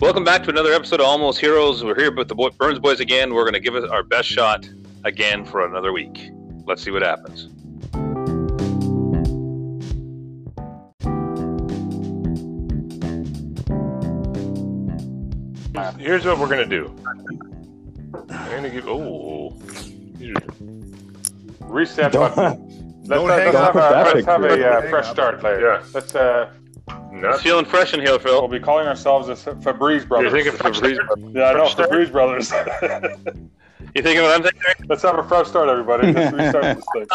Welcome back to another episode of Almost Heroes. We're here with the Bo- Burns Boys again. We're going to give it our best shot again for another week. Let's see what happens. Here's what we're going to do. I'm going to give. Oh. Reset Don't- button. uh, Let's, uh, don't let's hang up have, a, with that let's picture. have a uh, Hang fresh up. start later. Yeah. Let's. Uh, It's Nuts. feeling fresh in here, we'll Phil. be calling ourselves the F- Febreze You're Brothers. thinking, Febreze, yeah, I know fresh start? Febreze Brothers. you thinking what I'm thinking? let's have a fresh start, everybody. Let's restart this thing.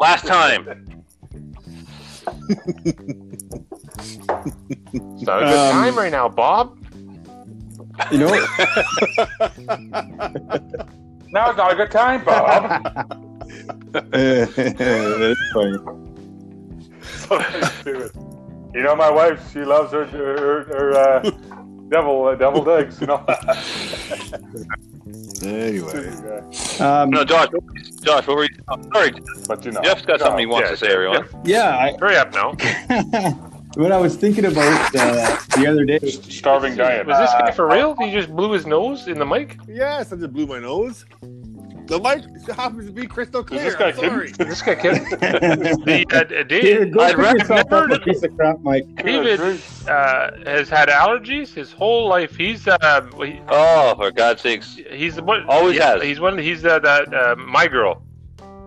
Last time. It's not a good Um, time right now, Bob. You know, Now is not a good time, Bob. that's funny. Stupid. you know my wife. She loves her her, her uh, devil uh, devil eggs. You know. Anyway, Um, No, Josh. Josh, what were you? Oh, sorry, but you know. Jeff's got something he wants Yeah, to say, everyone. yeah, hurry up now. Was I, what I was thinking about uh, the other day. Starving diet. this guy for real? He just blew his nose in the mic. Yes, I just blew my nose. The mic happens to be crystal clear. this guy I'm sorry. This guy can't. the, uh, uh, Here, David, go I'd pick yourself recommend- up a piece of crap, Mike. Ah, David uh, has had allergies his whole life. He's uh, he, Oh, for God's sakes. he's the one. Always yeah, has. He's one. He's uh, that uh, my girl.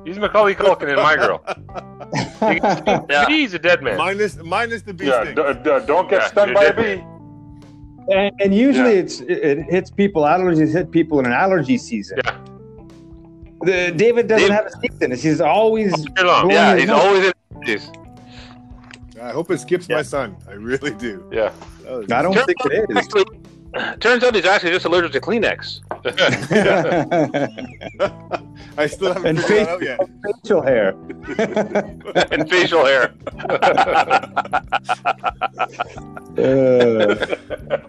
He's Macaulay Culkin in My Girl. Yeah. He's a dead man. Minus minus the bee Yeah, sting. d- d- don't get Yeah, stung you by a did. bee. and, and usually it's it, it hits people. Allergies hit people in an allergy season. Yeah. The, David doesn't David- have a season. He's always You're wrong. blowing Yeah, his he's nose. always in these. I hope it skips Yeah. my son. I really do. Yeah. That was- I don't think it is. Actually, turns out he's actually just allergic to Kleenex. I still haven't And figured that out yet. Facial hair. and facial hair. Uh,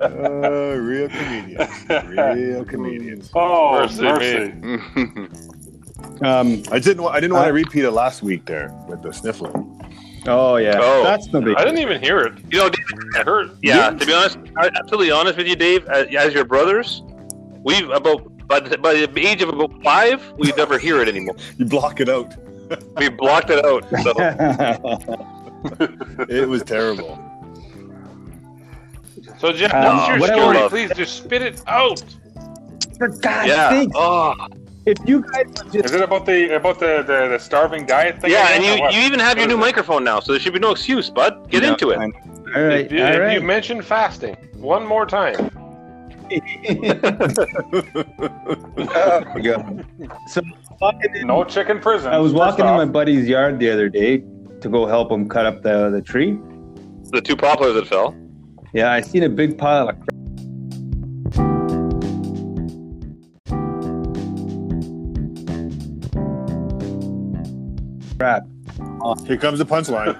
Uh, real comedians. Real comedians. Oh, Mercy mercy. me. um, I didn't. wa- I didn't want to repeat it last week there with the sniffling. oh yeah, Oh. that's no big. I didn't even hear it. you know, Dave, I heard. yeah. To be honest, I'm absolutely honest with you, Dave. As, as your brothers, we've about by the, by the age of about five, we never hear it anymore. You block it out. We blocked it out. So It was terrible. So Jeff, Um, what's your what I story? love- Please just spit it out. For God's yeah. sake, Oh, if you guys would just Is it about the about the, the, the starving diet thing? yeah. again, And or what? you, you even have your What new is it? microphone now, so there should be no excuse, bud. Get Yeah, into it. I- All right, You- all You right. mentioned fasting one more time. Oh, So walking in- No chicken prison. I was first walking in off. my buddy's yard the other day to go help him cut up the the tree. The two poplars that fell. Yeah, I seen a big pile of. crap. Crap, Here comes the punchline.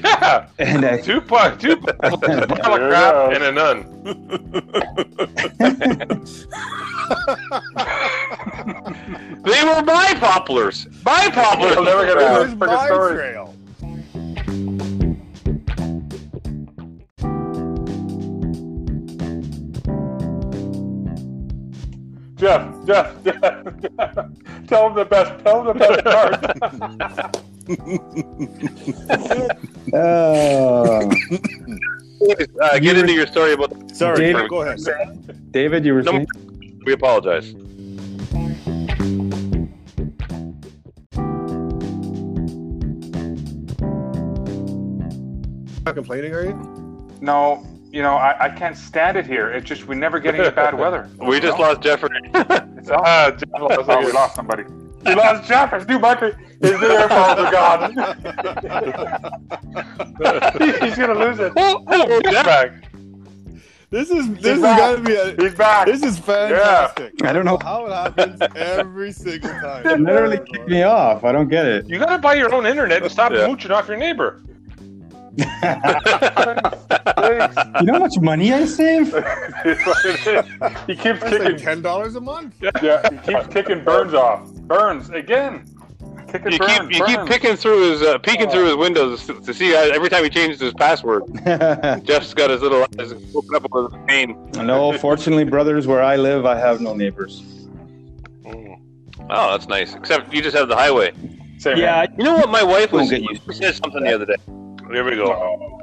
Yeah, and I, two pu- two pu- a pile of There crap it and a nun. They were my poplars. My You'll poplars. never get It out was of this my freaking story. trail. Jeff, Jeff, Jeff, Jeff. Tell him the best. Tell him the best part. oh, Uh, get into your story about. Sorry. David- go ahead. David, you were No, saying? We apologize. Not complaining, are you? no, you know I, I can't stand it here. It's just we never get any bad weather. We just lost Jeffrey. It's all, Ah, Jeff lost oh, we us. lost somebody. We lost Jeff. It's new Bucky. His new earphones are gone. He's gonna lose it. Oh, Jeff- Back. This is this has back. got to be a He's back. This is fantastic. I don't know. How it happens every single time. It literally kicked me off. I don't get it. You gotta buy your own internet and stop Yeah. mooching off your neighbor. Thanks. You know how much money I saved? he keeps That's like kicking. ten dollars a month. Yeah, he keeps kicking Burns off. Burns again. Kick and You burn, keep you keep burn. picking through his uh, peeking through his windows to, to see uh, every time he changes his password. Jeff's got his little eyes Mm. open up over the pain. no, fortunately, brothers, where I live, I have no neighbors. Oh, that's nice. Except you just have the highway. Same Yeah, I- You know what? My wife was Don't get used said something the other day. Here we here. go.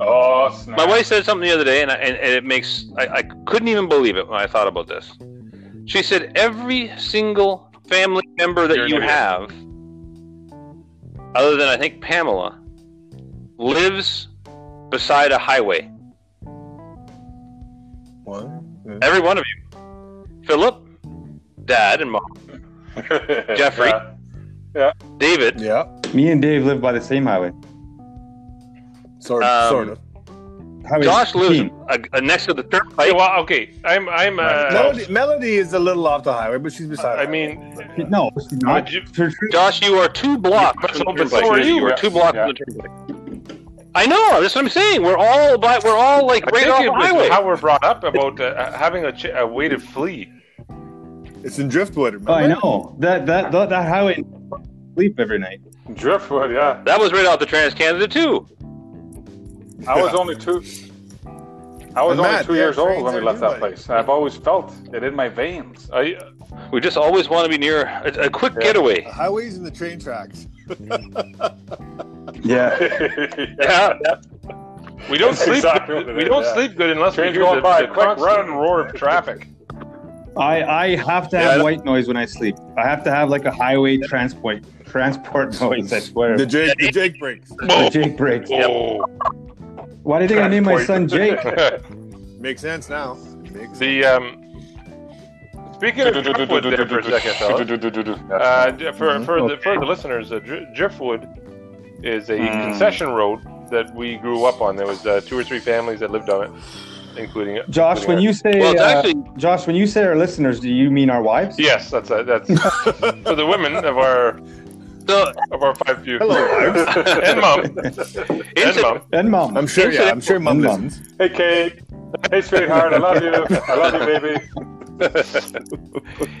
Oh, oh snap. My wife said something the other day, and, I, and, and it makes I, I couldn't even believe it when I thought about this. She said every single family member that You're an you idiot. have, other than I think Pamela, lives beside a highway. What? Every one of you, Philip, Dad, and Mom, Jeffrey. Yeah. David. Yeah. Me and Dave live by the same highway. Sort Um, sort of. highway Josh lives 16. uh, uh, next to the Yeah, turnpike. well, okay. I'm. I'm. Uh, Melody, Melody is a little off the highway, but she's beside. I her. mean, No, it's not. would you, For sure. Josh, you are two blocks from the But so turnpike. are you. are two blocks Yeah. from the turnpike. I know. That's what I'm saying. We're all by, we're all like I right think off it the was highway. how we're brought up about uh, having a, ch- a way to flee. it's in Driftwood. Remember? Oh, I know that that that, that highway. Sleep every night. Driftwood, yeah. That was right off the Trans Canada too. I was only two. I was And only Matt, two yeah, years old when trains we are left that due, like- place. I've always felt it in my veins. I, We just always want to be near a, a quick Yeah. getaway. The highways and the train tracks. Yeah, Yeah. we don't That's sleep. exactly what good, it we is, don't yeah. sleep good unless Trains we hear going the, by, the quick, constant run. roar of traffic. I I have to have white noise when I sleep. I have to have like a highway transport transport noise. I swear. The Jake, the Jake breaks. The Jake break. Oh. Why do you think I named my son Jake? Makes sense now. Makes sense. the um, speaking of driftwood, there for a second, fellas. Uh, d- for Mm-hmm. for the for the listeners, uh, dr- driftwood is a Mm. Hmm. concession road that we grew up on. There was uh, two or three families that lived on it, including Josh, when you say Well, it's uh, actually Josh, when you say our listeners, do you mean our wives? Yes, that's uh, that's for the women of our so of our five view. Hello, wives. Uh, and mom, and incident- mom. And mom. I'm sure. Yeah, I'm sure Mom Mom. listens. Hey, Kate. Hey, sweetheart. I love you. I love you, baby.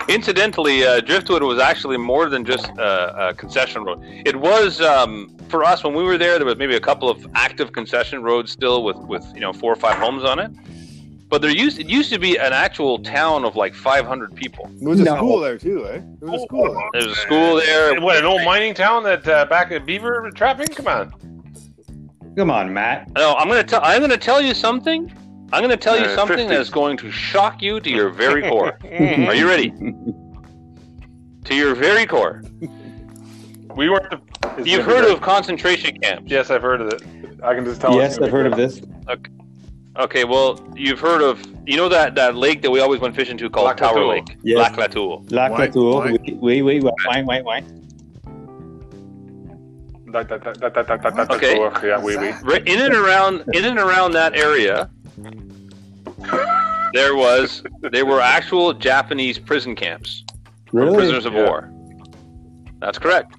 Incidentally, uh, Driftwood was actually more than just uh, a concession road. It was um, for us when we were there. There was maybe a couple of active concession roads still with, with you know four or five homes on it. But there used it used to be an actual town of like 500 people. There was a No. school there too, eh? There was a school there. There's a school there. What an old mining town that uh, back at Beaver trapping. Come on, Come on, Matt. No, I'm gonna tell. I'm gonna tell you something. I'm gonna tell you Uh, something 50. that's going to shock you to your very core. Are you ready? To your very core. we weren't. The, You've It's gonna be heard great. of concentration camps. yes, I've heard of it. I can just tell. yes, I've heard of this. Okay, well, you've heard of you know that that lake that we always went fishing to called Lac La Tower Toule. Lake, Yes. Lac La Toule. Why- Lakatool. why- Wait, wait, wait, wait, wait, wait. Okay. Yeah, wee wee. Right in and around in and around that area, there was there were actual Japanese prison camps, for Really? prisoners of Yeah. war. That's correct.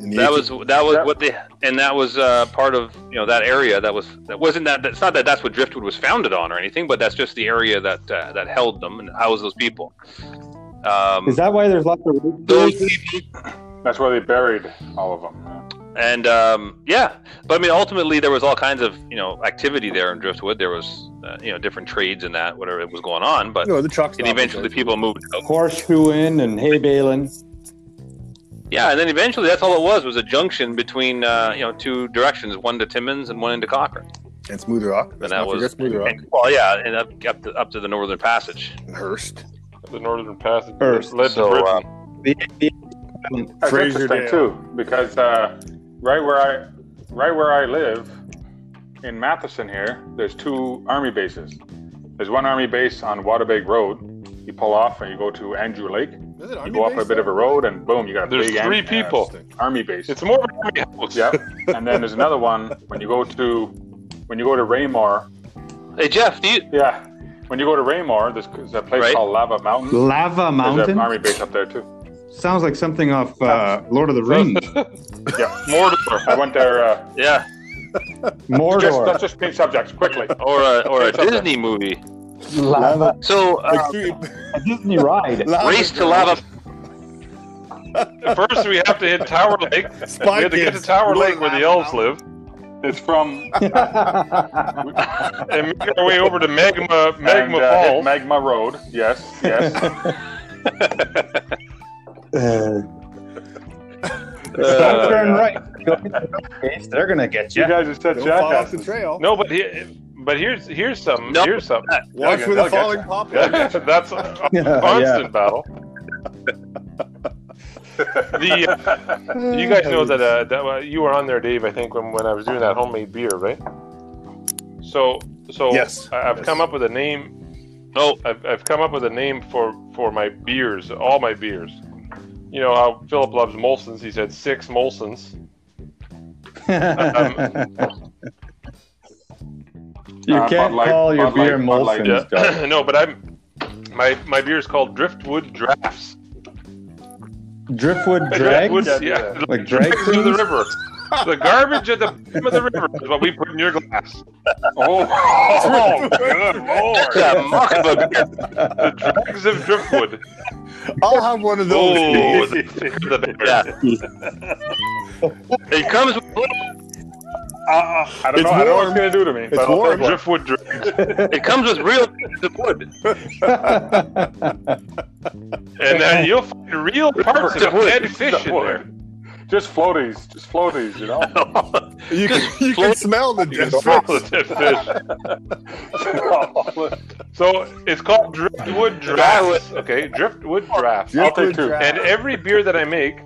In the That 18 was that was That- what they and that was uh, part of you know that area that was that wasn't that that's not that that's what Driftwood was founded on or anything, but that's just the area that uh, that held them and housed those people. Um, Is that why there's lots of rape those cases? That's where they buried all of them. and um, yeah, but I mean, ultimately there was all kinds of you know activity there in Driftwood. There was uh, you know different trades and that whatever was going on, but No, the truck and stop. eventually people moved out. horseshoeing and hay baling? Yeah, and then eventually that's all it was was a junction between uh, you know two directions, one to Timmins and one into Cochrane. and Smooth Rock. And Let's that not was forget Smooth Rock and- well, yeah, and up, up to up to the Northern Passage. and Hearst. The Northern Passage First, led So to uh, Britain. The, the, That's Fraser interesting Dale. too, because uh, right where I, right where I live, in Matheson here, there's two army bases. There's one army base on Waterbank Road. You pull off and you go to Andrew Lake. Is it You Army go off a base? bit of a road and boom, you got a There's big three an- people. army base. It's more of an army house. yep. and then there's another one when you go to when you go to Raymore. hey Jeff, do you Yeah, when you go to Raymore, there's, there's a place Right. called Lava Mountain. lava There's an Mountain? army base up there too. Sounds like something off uh, Lord of the Rings. Yeah, Mordor. I went there. Uh, yeah, Just, Mordor. let's just change subjects quickly. or a or a It's up there. Disney movie? lava. So uh, Like three- Disney ride. Lava race to Girl. lava. First, we have to hit Tower Lake. Spy we have to get to Kids. Tower Really Lake where the loud elves live, It's from and make our way over to Magma Magma and, uh, hit Falls. Magma Road. Yes, yes. Uh, Don't turn yeah. right. They're gonna get You you. guys are such Don't fall off the jackasses. trail. no, but he, but here's here's some No. here's some. Watch Yeah, for the okay. falling pop. That's a Yeah, constant battle. the uh, you guys know that, uh, that uh, you were on there, Dave. I think when, when I was doing that homemade beer, right? So so Yes. I, I've Yes. come up with a name. No, I've, I've come up with a name for for my beers, all my beers. You know how Philip loves Molsons. He's had six Molsons. you Uh, Bud can't Light- call your Bud Light- beer Bud Light, Molson's, yeah. Josh. no, but I'm my my beer is called Driftwood Drafts. Driftwood drag. Driftwood, Drags? yeah, Like drag drags through the queens? river. The garbage at the bottom of the river is what we put in your glass. Oh, Oh, good lord! That's a muck of a beer. The drags of driftwood. I'll have one of those. Oh, the thicker the better. Yeah. It comes with Uh, I don't It's know. I don't know what warm. it's gonna do to me. but It's I'll take warm. one. Driftwood drags, it comes with real pieces of wood. and then you'll find real parts of Driftwood. dead fish in there. Just floaties, just floaties, you know. You can, you can smell the You dead can smell the dead fish. So it's called driftwood drafts. Okay, driftwood drafts. I'll take Driftwood two. draft. And every beer that I make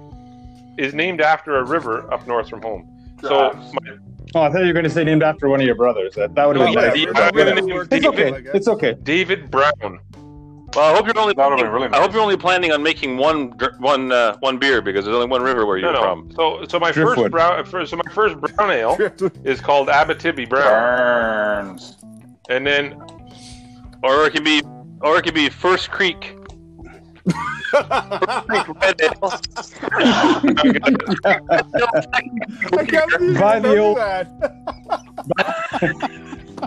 is named after a river up north from home. So Drafts. my, Oh, I thought you were gonna say named after one of your brothers. That, that would No, have been yeah, nice. the- but I'm gonna name whatever. it it's okay. David. It's okay. David Brown. Well, I hope you're only. That would've been really I hope you're only planning on making one dr- one uh, one beer because there's only one river where No, you're no. from. So, so my first Driftwood. brown, first- so my first brown ale Driftwood. is called Abitibi Brown, Burns. and then Or it could be, or it could be First Creek. First Creek Red Ale. I can't believe you Buy the remember old- that.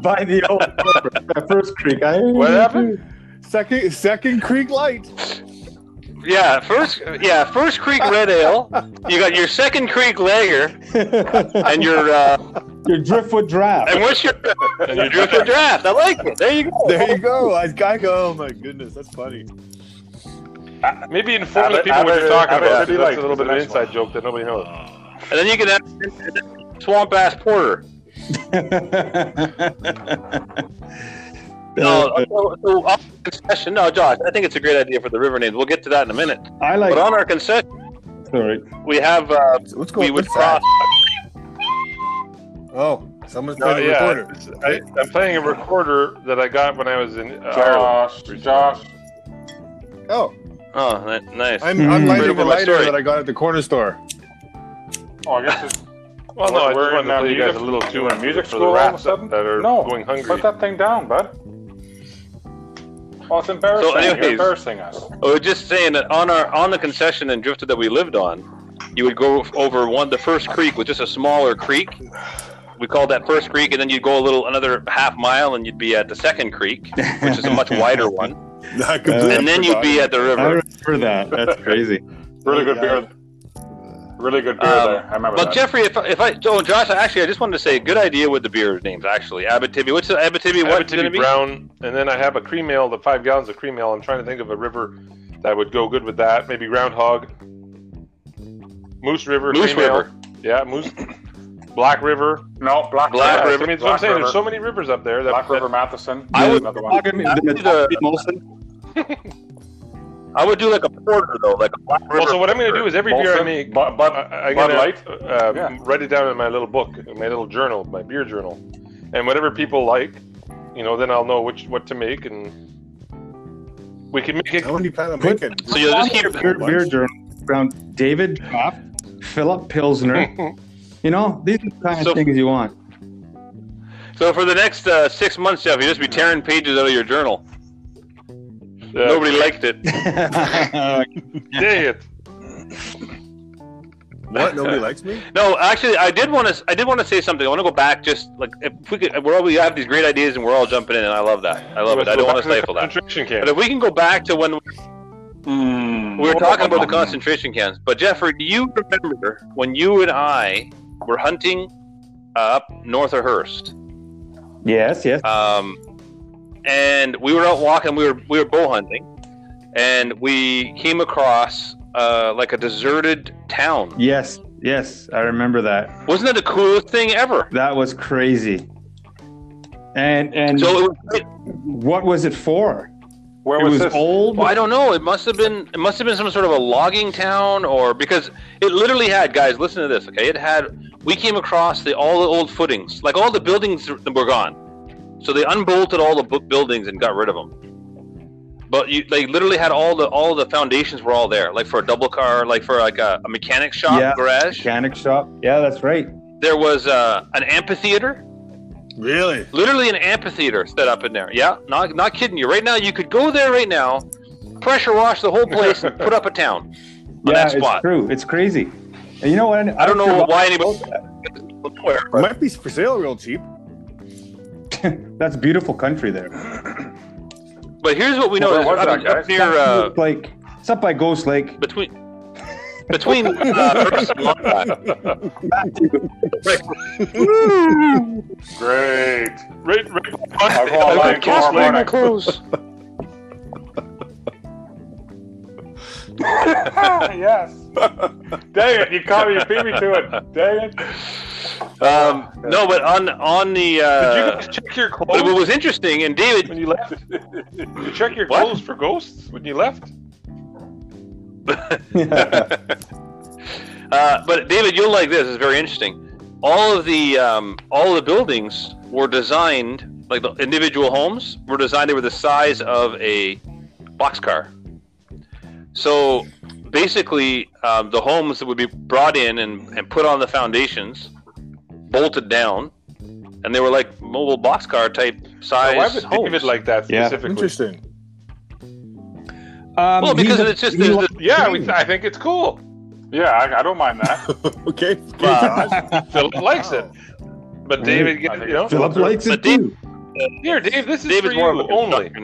By the old that first creek. I, what happened? Second, second Creek Light. Yeah, first, yeah, First Creek Red Ale. You got your Second Creek Lager, and your uh, your driftwood draft. and what's your And your your draft? I like it. There you go. There you go. I, I go. Oh my goodness, that's funny. Maybe inform the Abit- people what you're talking Abit- about. Abitibi That's Light a little is the bit of an next one. inside joke that nobody knows. And then you can have swamp ass porter. No, Uh, so, so on our concession. No, Josh, I think it's a great idea for the river names. We'll get to that in a minute. I like. But on our concession, Sorry. we have uh, So what's going we would what's cross. that? Oh, someone's No, playing the yeah, recorder. it's- I, I'm playing a recorder that I got when I was in uh, Ireland. Josh, Josh. Oh, Oh, ni- nice. I'm, I'm Hmm. lighting Remember the my lighter story. that I got at the corner store. Oh, I guess it's, Well, no, I just We're wanted in, to uh, play you guys music- a little tune we're for in music for school the all of a rats sudden? that are no. going hungry. Put that thing down, bud. Oh, it's embarrassing. So anyways- You're embarrassing us. I was just saying that on our on the concession and drifted that we lived on, you would go over one the first creek was just a smaller creek. We called that first creek, and then you'd go a little another half mile, and you'd be at the second creek, which is a much wider one, I completely and then you'd be forgot. at the I river. remember that. That's crazy. Really good Yeah. beer. Really good beer Um, there. I remember But that. Jeffrey, if I, if I oh Josh, actually, I just wanted to say, good idea with the beer names. Actually, Abitibi. What's the Abitibi? I have it What's to gonna be be? brown, and then I have a cream ale, the five gallons of cream ale. I'm trying to think of a river that would go good with that. Maybe groundhog, Moose River, Moose cream ale. River. yeah, Moose, Black River, no, Black, Black Yeah, River. River. I mean, that's what I'm Black saying. River. There's so many rivers up there. That, Black that- River Matheson. I would- another one. Logan, the Toppy Molson? I would do like a porter though, like a black river. Well, so what I'm going to do is every beer I Molson, make, Bud, I, Bud, I- I'm Bud gonna, Light. uh, Yeah. write it down in my little book, in my little journal, my beer journal, and whatever people like, you know, then I'll know which what to make, and we can make it. How many plan on Put- making? So you'll just keep. Beer, beer journal around David Kraft, Philip Pilsner. You know, these are the kind of Hmm. So- things you want. So for the next uh, six months, Jeff, you just be tearing pages out of your journal. Yeah. Nobody liked it. Dang it! What? Nobody likes me? No, actually, I did want to. I did want to say something. I want to go back. Just like if we could, we're all, we have these great ideas and we're all jumping in, and I love that. I love it. I don't want to stifle that. Concentration camp. But if we can go back to when Mm. We were talking about the concentration camps, but Jeffrey, do you remember when you and I were hunting uh, up north of Hearst? Yes, yes. Um, and we were out walking. We were we were bow hunting, and we came across uh, like a deserted town. Yes, yes. I remember that. Wasn't that the coolest thing ever? That was crazy. And and So it was, what was it for? Where It was, was this? old. Well, I don't know. It must have been. It must have been some sort of a logging town, or because it literally had guys. Listen to this, okay? It had. We came across the all the old footings, like all the buildings were gone, so they unbolted all the bu- buildings and got rid of them. But you, they literally had all the all the foundations were all there, like for a double car, like for like a, a mechanic shop, Yeah. garage. Mechanic shop. Yeah, that's right. There was uh, an amphitheater. Really? literally an amphitheater set up in there. Yeah, not not kidding you. Right now, you could go there right now, pressure wash the whole place, and put up a town on yeah, that it's spot. true. It's crazy. And you know what? I don't know After- why anybody. Nowhere, but Might be for sale real cheap. That's beautiful country there. but here's what we know: Where was up, that, up guys? near That's uh, like it's up by Ghost Lake. between between uh, Hearst and Longmire. Great. Right, right. I've all Like like Cass Lake. Lake. close. yes. Dang it! You caught me. You beat me to it. Dang it. Um, no, but on on the. Did you Uh, guys check your but what clothes was interesting, and David, when you left? Did you check your What? clothes for ghosts when you left? Uh, but David, you'll like this. It's very interesting. All of the um, all the buildings were designed like the individual homes were designed. They were the size of a boxcar. So basically, um, the homes that would be brought in and, and put on the foundations, bolted down, and they were like mobile boxcar type size Why would homes. David like that Yeah. specifically? Interesting. Um, well, because he's a- it's just he there's li- this- Yeah, we, I think it's cool. Yeah, I, I don't mind that. Okay. Wow. Josh. Philip likes it, but David, I gets, think you know, Philip likes But it Dave- too. here, Dave, this is David's more for you of a only.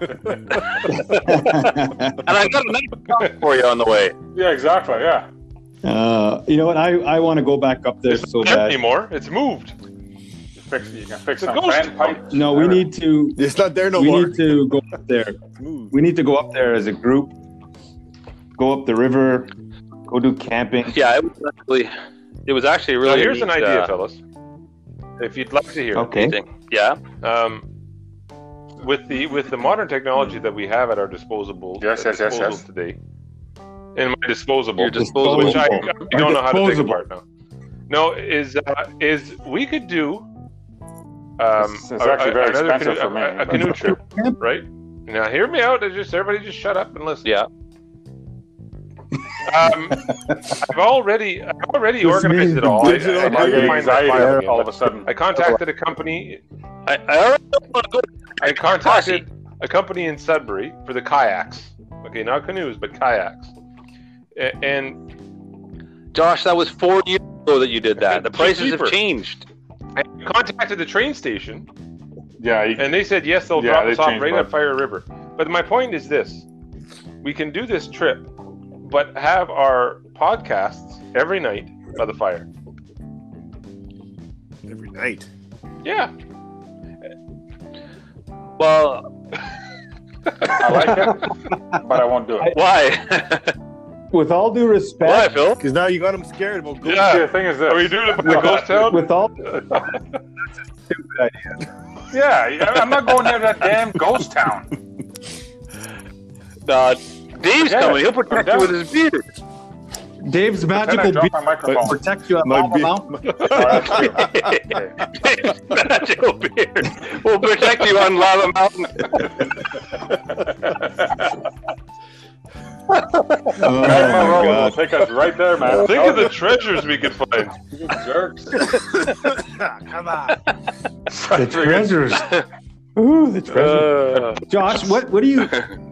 Uh, And I got another topic for you on the way. Yeah, exactly. Yeah. uh, you know what? I, I want to go back up there so Not bad. anymore. It's moved. You fix You can fix It's a some ghost pipe. No, we need to It's not there no we more. need to go up there. Smooth. We need to go up there as a group. Go up the river. Go do camping. Yeah, it was actually it was actually Now, really. here's an neat, idea, uh, fellas. If you'd like to hear, it. Okay. thing. Yeah. um, with the with the modern technology that we have at our disposable Yes, uh, yes, yes, disposal yes. today, in my disposable, Your disposable. which I, I Disposable. don't know how to take Disposable. apart now. No, is uh, is we could do um, It's- it's actually very another expensive canoe, for me, a, a but- canoe trip, right? Now, hear me out. It's Just everybody, just shut up and listen. Yeah. Um, I've already I've already This organized means it all. I, I, digital I, I get couldn't find that anxiety file there again, all of but a sudden. I contacted a company I, I already don't want to go. I contacted a company in Sudbury for the kayaks. Okay, not canoes, but kayaks. A- And Josh, that was four years ago that you did that. The It's prices cheaper. have changed. I contacted the train station, Yeah. You, and they said yes, they'll Yeah, drop they us off changed right that. at Fire River. But my point is this: we can do this trip, but have our podcasts every night by the fire. Every night. Yeah, Well, I like it, but I won't do it. why? With all due why, respect, Phil? Because now you got him scared about going. Yeah. The thing is this. are we doing it by the ghost town? with all Yeah, yeah, I'm not going near that damn ghost town. Uh, Dave's Yeah. coming. He'll protect you with his beard. Dave's Then I magical dropped beard my microphone. protect you at Might all be- amount. Oh, Dave's magical beard will protect you on Lava Mountain. Oh my Microphone will god! take us right there, man. Think of the treasures we could find. jerks. Come on. The treasures. Ooh, the treasures. Uh, Josh, what what do you?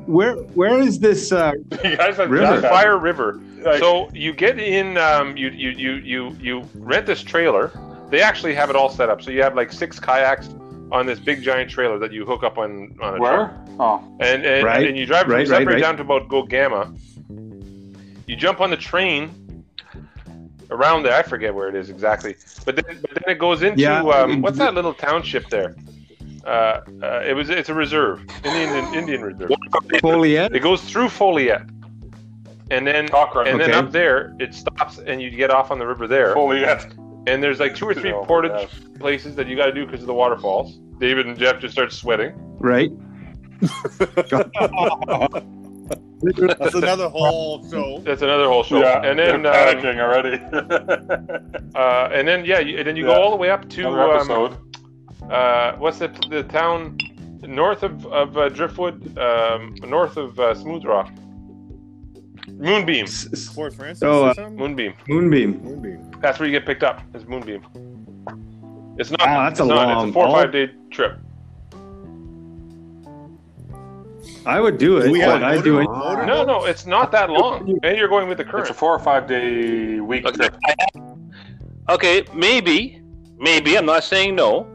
Where where is this? Uh, You guys have River. done Fire River. Like- so you get in, um, you, you you you you rent this trailer. They actually have it all set up. So you have like six kayaks, on this big giant trailer that you hook up on on a truck. Where? Oh, and and, Right, and you drive right, you separate right, right. down to about Go Gamma. You jump on the train around there. I forget where it is exactly, but then, but then it goes into Yeah, um, in- what's that little township there? Uh, uh, it was it's a reserve, Indian Indian reserve. Foliette? It goes through Foliette, and then Cochrane. and then Okay. up there it stops, and you get off on the river there. Holy yet. And there's like two or three Oh, portage yes. places that you got to do because of the waterfalls. David and Jeff just start sweating. Right? That's another whole show. That's another whole show. Yeah, and then they're um, panicking already. Uh, and then yeah, you, and then you Yeah. go all the way up to Another um, episode. uh, what's the the town north of of uh, Driftwood, um, north of uh, Smooth Rock. Moonbeam, S- s- Fort Francis So, uh, or something? Moonbeam. Moonbeam. Moonbeam. That's where you get picked up. It's Moonbeam. It's not. Wow, Ah, it's that's a not. It's long- a four or all- five day trip. I would do it. Do we but have I motor- do it. motor No, boats? no, it's not that long, and you're going with the It's current. a four or five day week Okay. trip. Okay, maybe, maybe. I'm not saying no.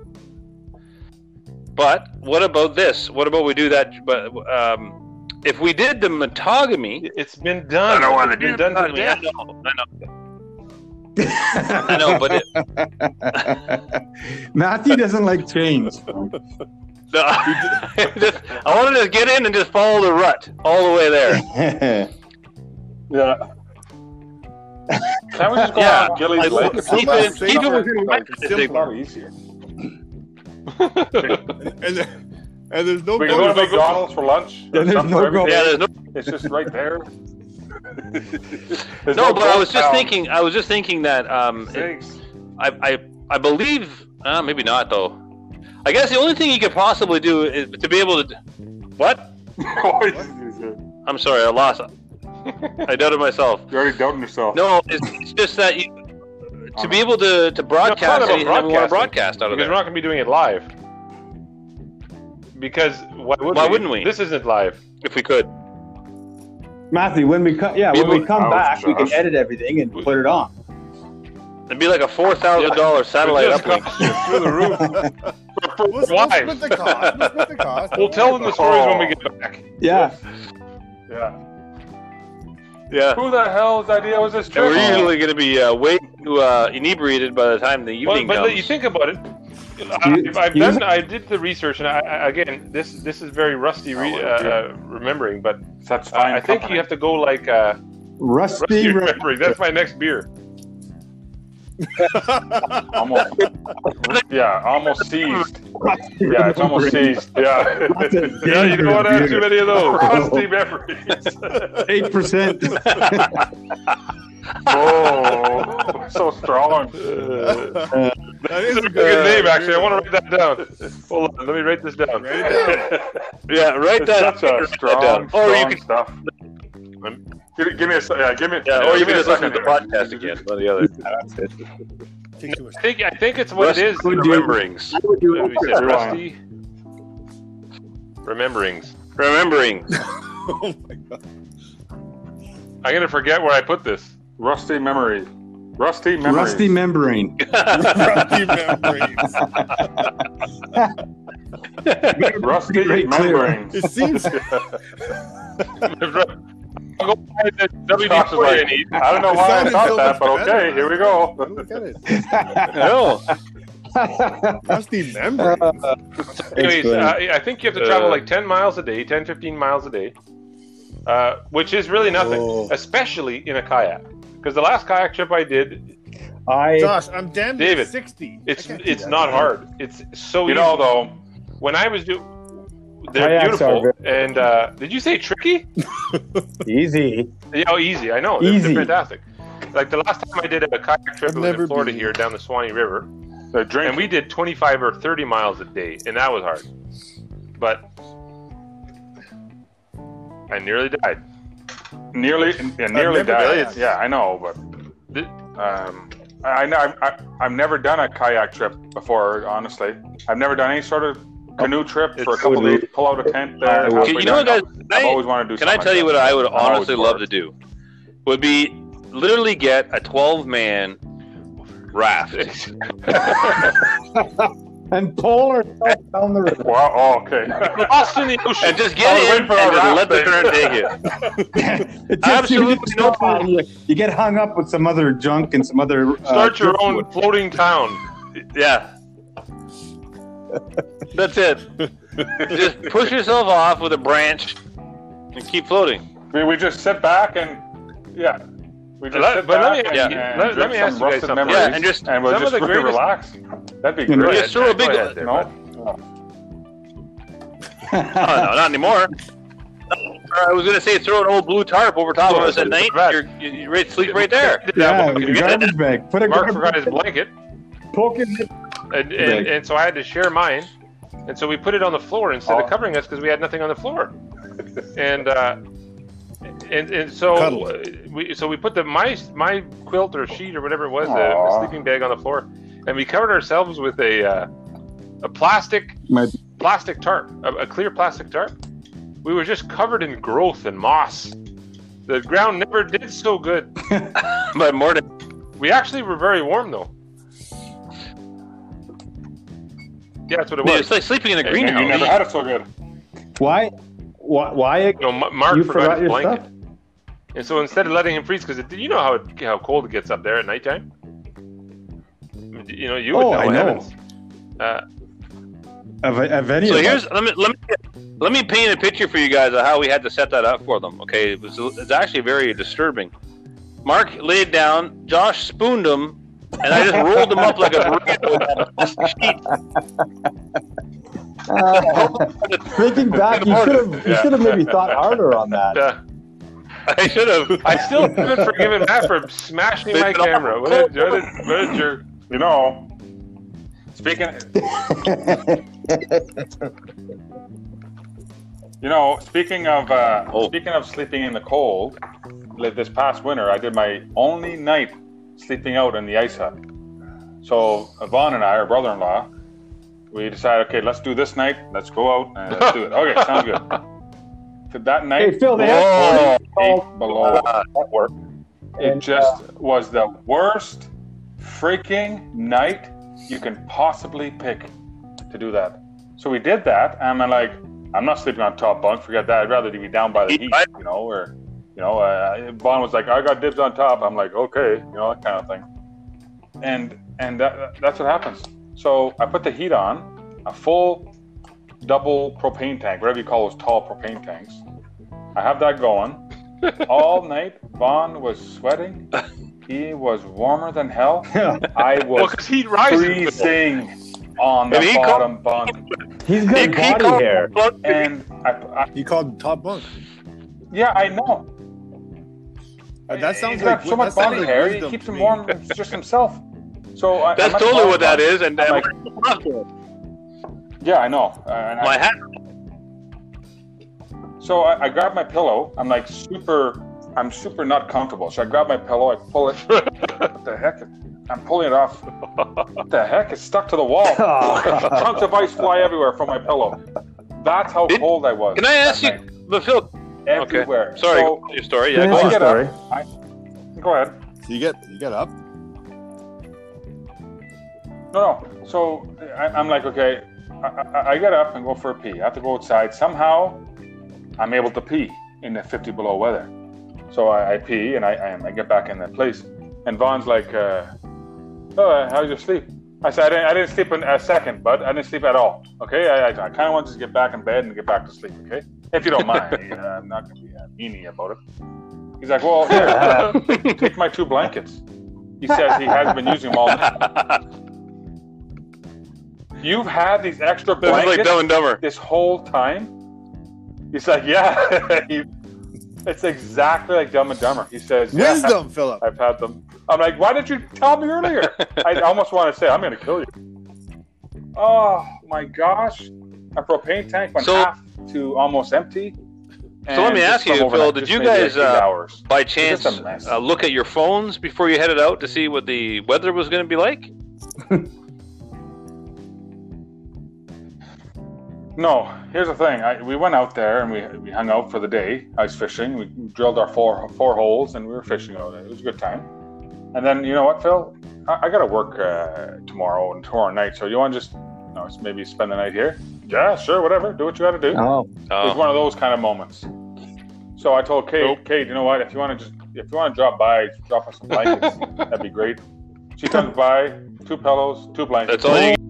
But what about this? What about we do that? But um, if we did the metogamy, it's been done. wanna It's been done to metogamy. I death. know, I know, I know, but it, Matthew doesn't like change. no, just, I want to just get in and just follow the rut all the way there. Yeah. Can we just go Yeah, on Gilly's like, Lake? keep it- keep it within my- It's a lot easier. And, there, and there's no We can go to boat. McDonald's for lunch. Yeah, there's Something no for everything. Yeah, there's no It's just right there. There's no, but I ghost was just town. thinking. I was just thinking that um, it- Thanks. I, I, I believe uh, maybe not though. I guess the only thing you could possibly do is to be able to. d- What? You're I'm sorry, I lost. I doubted myself. already doubting yourself. No, it's, it's just that you, to be able to to No, it's broadcast not about anything that we want to broadcast broadcasting, out of because we're there. not going to be doing it live. Because why, would Why we? wouldn't we? This isn't live. If we could, Matthew, when we come, yeah, when we People- come Ouch, back, we can Josh. edit everything and put it on. it'd be like a four thousand thousand dollar satellite It just uplink. costs you through the roof. We'll, we'll split the cost. We'll split the cost. We'll tell Oh, them the stories when we get back. Yeah, Yeah. Yeah, Who the hell's idea was this and trip? we're usually going to be uh, way too uh, inebriated by the time the Well, evening but comes. you think about it. You- I've, Uh, I've you- done. I did the research, and I, I, again, this this is very rusty re- Oh, uh, dear. uh, remembering. But Such fine I, I think you have to go like uh, rusty. rusty Ro- remembering. That's my next beer. to almost. yeah, almost seized. Yeah, it's almost seized. Yeah. That's a Yeah, you don't want to have too many of those rusty Rusty memories. Eight percent. Oh, so strong. That This is is a good name, actually. I want to write that down. Hold on, let me write this down. Write it yeah, write It's that. such a write that down. strong, strong or you could, stuff. Give, give me a se- yeah, give me yeah, or you give could me a just listen second to the here. podcast again. One or the other. Take too much I think I think it's what it is. Rusty Rememberings. that we said, Rewind. rusty rememberings. Remembering. Oh my god. I'm gonna forget where I put this. Rusty memory. Rusty memory. Rusty membrane. Rocky memories. Rusty Great clear. membranes. It seems I'll go find the Josh is WD-40 I like, need. I don't know why I sounded thought so that, much but better. okay, here we go. I don't get it. no. Rusty memories. Uh, Anyways, Explain. uh, I think you have to travel Uh, like 10 miles a day, 10, 15 miles a day, uh, which is really nothing, Oh. especially in a kayak. Because the last kayak trip I did, I Josh, I'm damn near David, 60. I it's can't do it's that. not hard. It's so You easy. know, though, when I was do, they're Kayaks are beautiful. And uh, did you say tricky? easy. Yeah, oh, easy. I know. They're, Easy. they're fantastic. Like the last time I did a kayak trip, it I've was never in Florida been. here down the Swanee River, the drink. and we did 25 or 30 miles a day, and that was hard. But I nearly died. nearly, yeah, nearly never died. done it. Yeah, I know, but Th- um, I, I know I've, I, I've never done a kayak trip before. Honestly, I've never done any sort of canoe trip for a It's- couple days. Pull out a tent there. Okay, halfway Oh, Okay, you know what, guys? down. Can I've I, always wanted to do. can I something tell you like what I would I'm always honestly love to do? Would be literally get a 12 man raft and pull herself down the river. Wow. Oh, okay. Lost in the ocean. And just I get was in waiting and for just that rap let the thing. current take you. It just- you Absolutely just no stop and you, you get hung up with some other junk and some other. uh, Start your driftwood. own floating town. Yeah. That's it. Just push yourself off with a branch and keep floating. We, we just sit back and yeah. We just Let- sit but let back me- and, yeah. and let- let drink me some ask you guys rusted something. memories, Yeah, and just- and we'll some of just the really greatest- relax. That'd be You know, great. Just throw a big. Go Oh, ahead there, No, Oh, no, not anymore. I was gonna say throw an old blue tarp over top of us at night. You're, you're right, sleep right there. yeah, with You a got garbage bag. Put a Mark garbage forgot his bag, blanket, poke it in. and, and, and so I had to share mine. And so we put it on the floor instead Oh. of covering us because we had nothing on the floor. And uh, and and so Cuddle. uh, we so we put the my my quilt or sheet or whatever it was, Aw. a sleeping bag on the floor, and we covered ourselves with a uh, a plastic My- plastic tarp, a, a clear plastic tarp. We were just covered in growth and moss. The ground never did so good. But Morton, We actually were very warm though. Yeah, that's what it was. it's like sleeping in a you greenhouse. never had it so good. Why? Why? Why? You know, Ma- Mark You forgot, forgot his your blanket. stuff? And so instead of letting him freeze, because you know how it, how cold it gets up there at nighttime. You know, you would Oh, know, I know. Evans. Uh, Of, of any So of us. here's let me let me let me paint a picture for you guys of how we had to set that up for them. Okay, it was it's actually very disturbing. Mark laid down, Josh spooned him, and I just rolled him up like a burrito. with that plastic sheet. Thinking back, you should have you Yeah. should have maybe thought harder on that. uh, I should have. I still haven't forgiven Matt for smashing my camera. What a, what a, what a jerk. You know. Speaking, you know, speaking of uh, Oh. speaking of sleeping in the cold, like this past winter, I did my only night sleeping out in the ice hut. So Yvonne and I, our brother-in-law, we decided, okay, let's do this night. Let's go out and let's do it. Okay, sounds good. So that night, Hey, Phil, they oh, have- eight below. It And, uh, just was the worst freaking night you can possibly pick to do that. So we did that, and I'm like, I'm not sleeping on top bunk. Forget that. I'd rather be down by the heat, you know. Or, you know, uh, Bond was like, I got dibs on top. I'm like, okay, you know, that kind of thing. And and that, that's what happens. So I put the heat on, a full double propane tank, whatever you call those tall propane tanks. I have that going all night. Vaughn was sweating. He was warmer than hell. I Well, was because heat rises. freezing on the Maybe he called- bottom bunk, He's got body hair. and I, I, He called top bunk. yeah, I know. Uh, that sounds He's like got so much body hair. He keeps him warm, just himself. So I, That's I'm at the totally what that bottom is, and I'm and bunk. Yeah, I know. Uh, and I- my hat. So I, I grab my pillow. I'm like super. I'm super not comfortable. So I grab my pillow. I pull it. what the heck? I'm pulling it off. What the heck? It's stuck to the wall. Chunks of ice fly everywhere from my pillow. That's how Did- cold I was. Can I ask you, that night. but Phil? Okay, Everywhere. sorry, So your story. Yeah, Finish go I on. your get story. up. I, go ahead. So you get you get up. No, no. So I, I'm like, okay, I, I, I get up and go for a pee. I have to go outside. Somehow, I'm able to pee in the 50 below weather. So I, I pee and I, I, I get back in that place. And Vaughn's like, uh, oh, how's your sleep? I said, I didn't, I didn't sleep in a second, bud. I didn't sleep at all. Okay, I, I, I kind of want to just get back in bed and get back to sleep. Okay, if you don't mind, you know, I'm not gonna be a meanie about it. He's like, well, here, take, take my two blankets. He says he hasn't been using them all night. You've had these extra This is like blankets Dumb and Dumber. this whole time? He's like, yeah. He- it's exactly like Dumb and Dumber. He says, yeah, Wisdom, Philip. I've had them. I'm like, why didn't you tell me earlier? I almost want to say, I'm going to kill you. Oh my gosh. A propane tank went So- half to almost empty. So let and me just ask you, from Phil, overnight, did just you maybe guys, eight uh, hours. By just chance, a mess. uh, look at your phones before you headed out to see what the weather was going to be like. No, here's the thing. I, we went out there and we, we hung out for the day, ice fishing. We drilled our four four holes and we were fishing out there. It was a good time. And then you know what, Phil? I, I got to work uh, tomorrow and tomorrow night, so you want to just you know, maybe spend the night here. Yeah, sure, whatever. Do what you got to do. Oh, It was Oh, one of those kind of moments. So I told Kate, Kate, you know what? If you want to just, if you want to drop by, drop us some blankets. that'd be great. She comes by, two pillows, two blankets. that's all you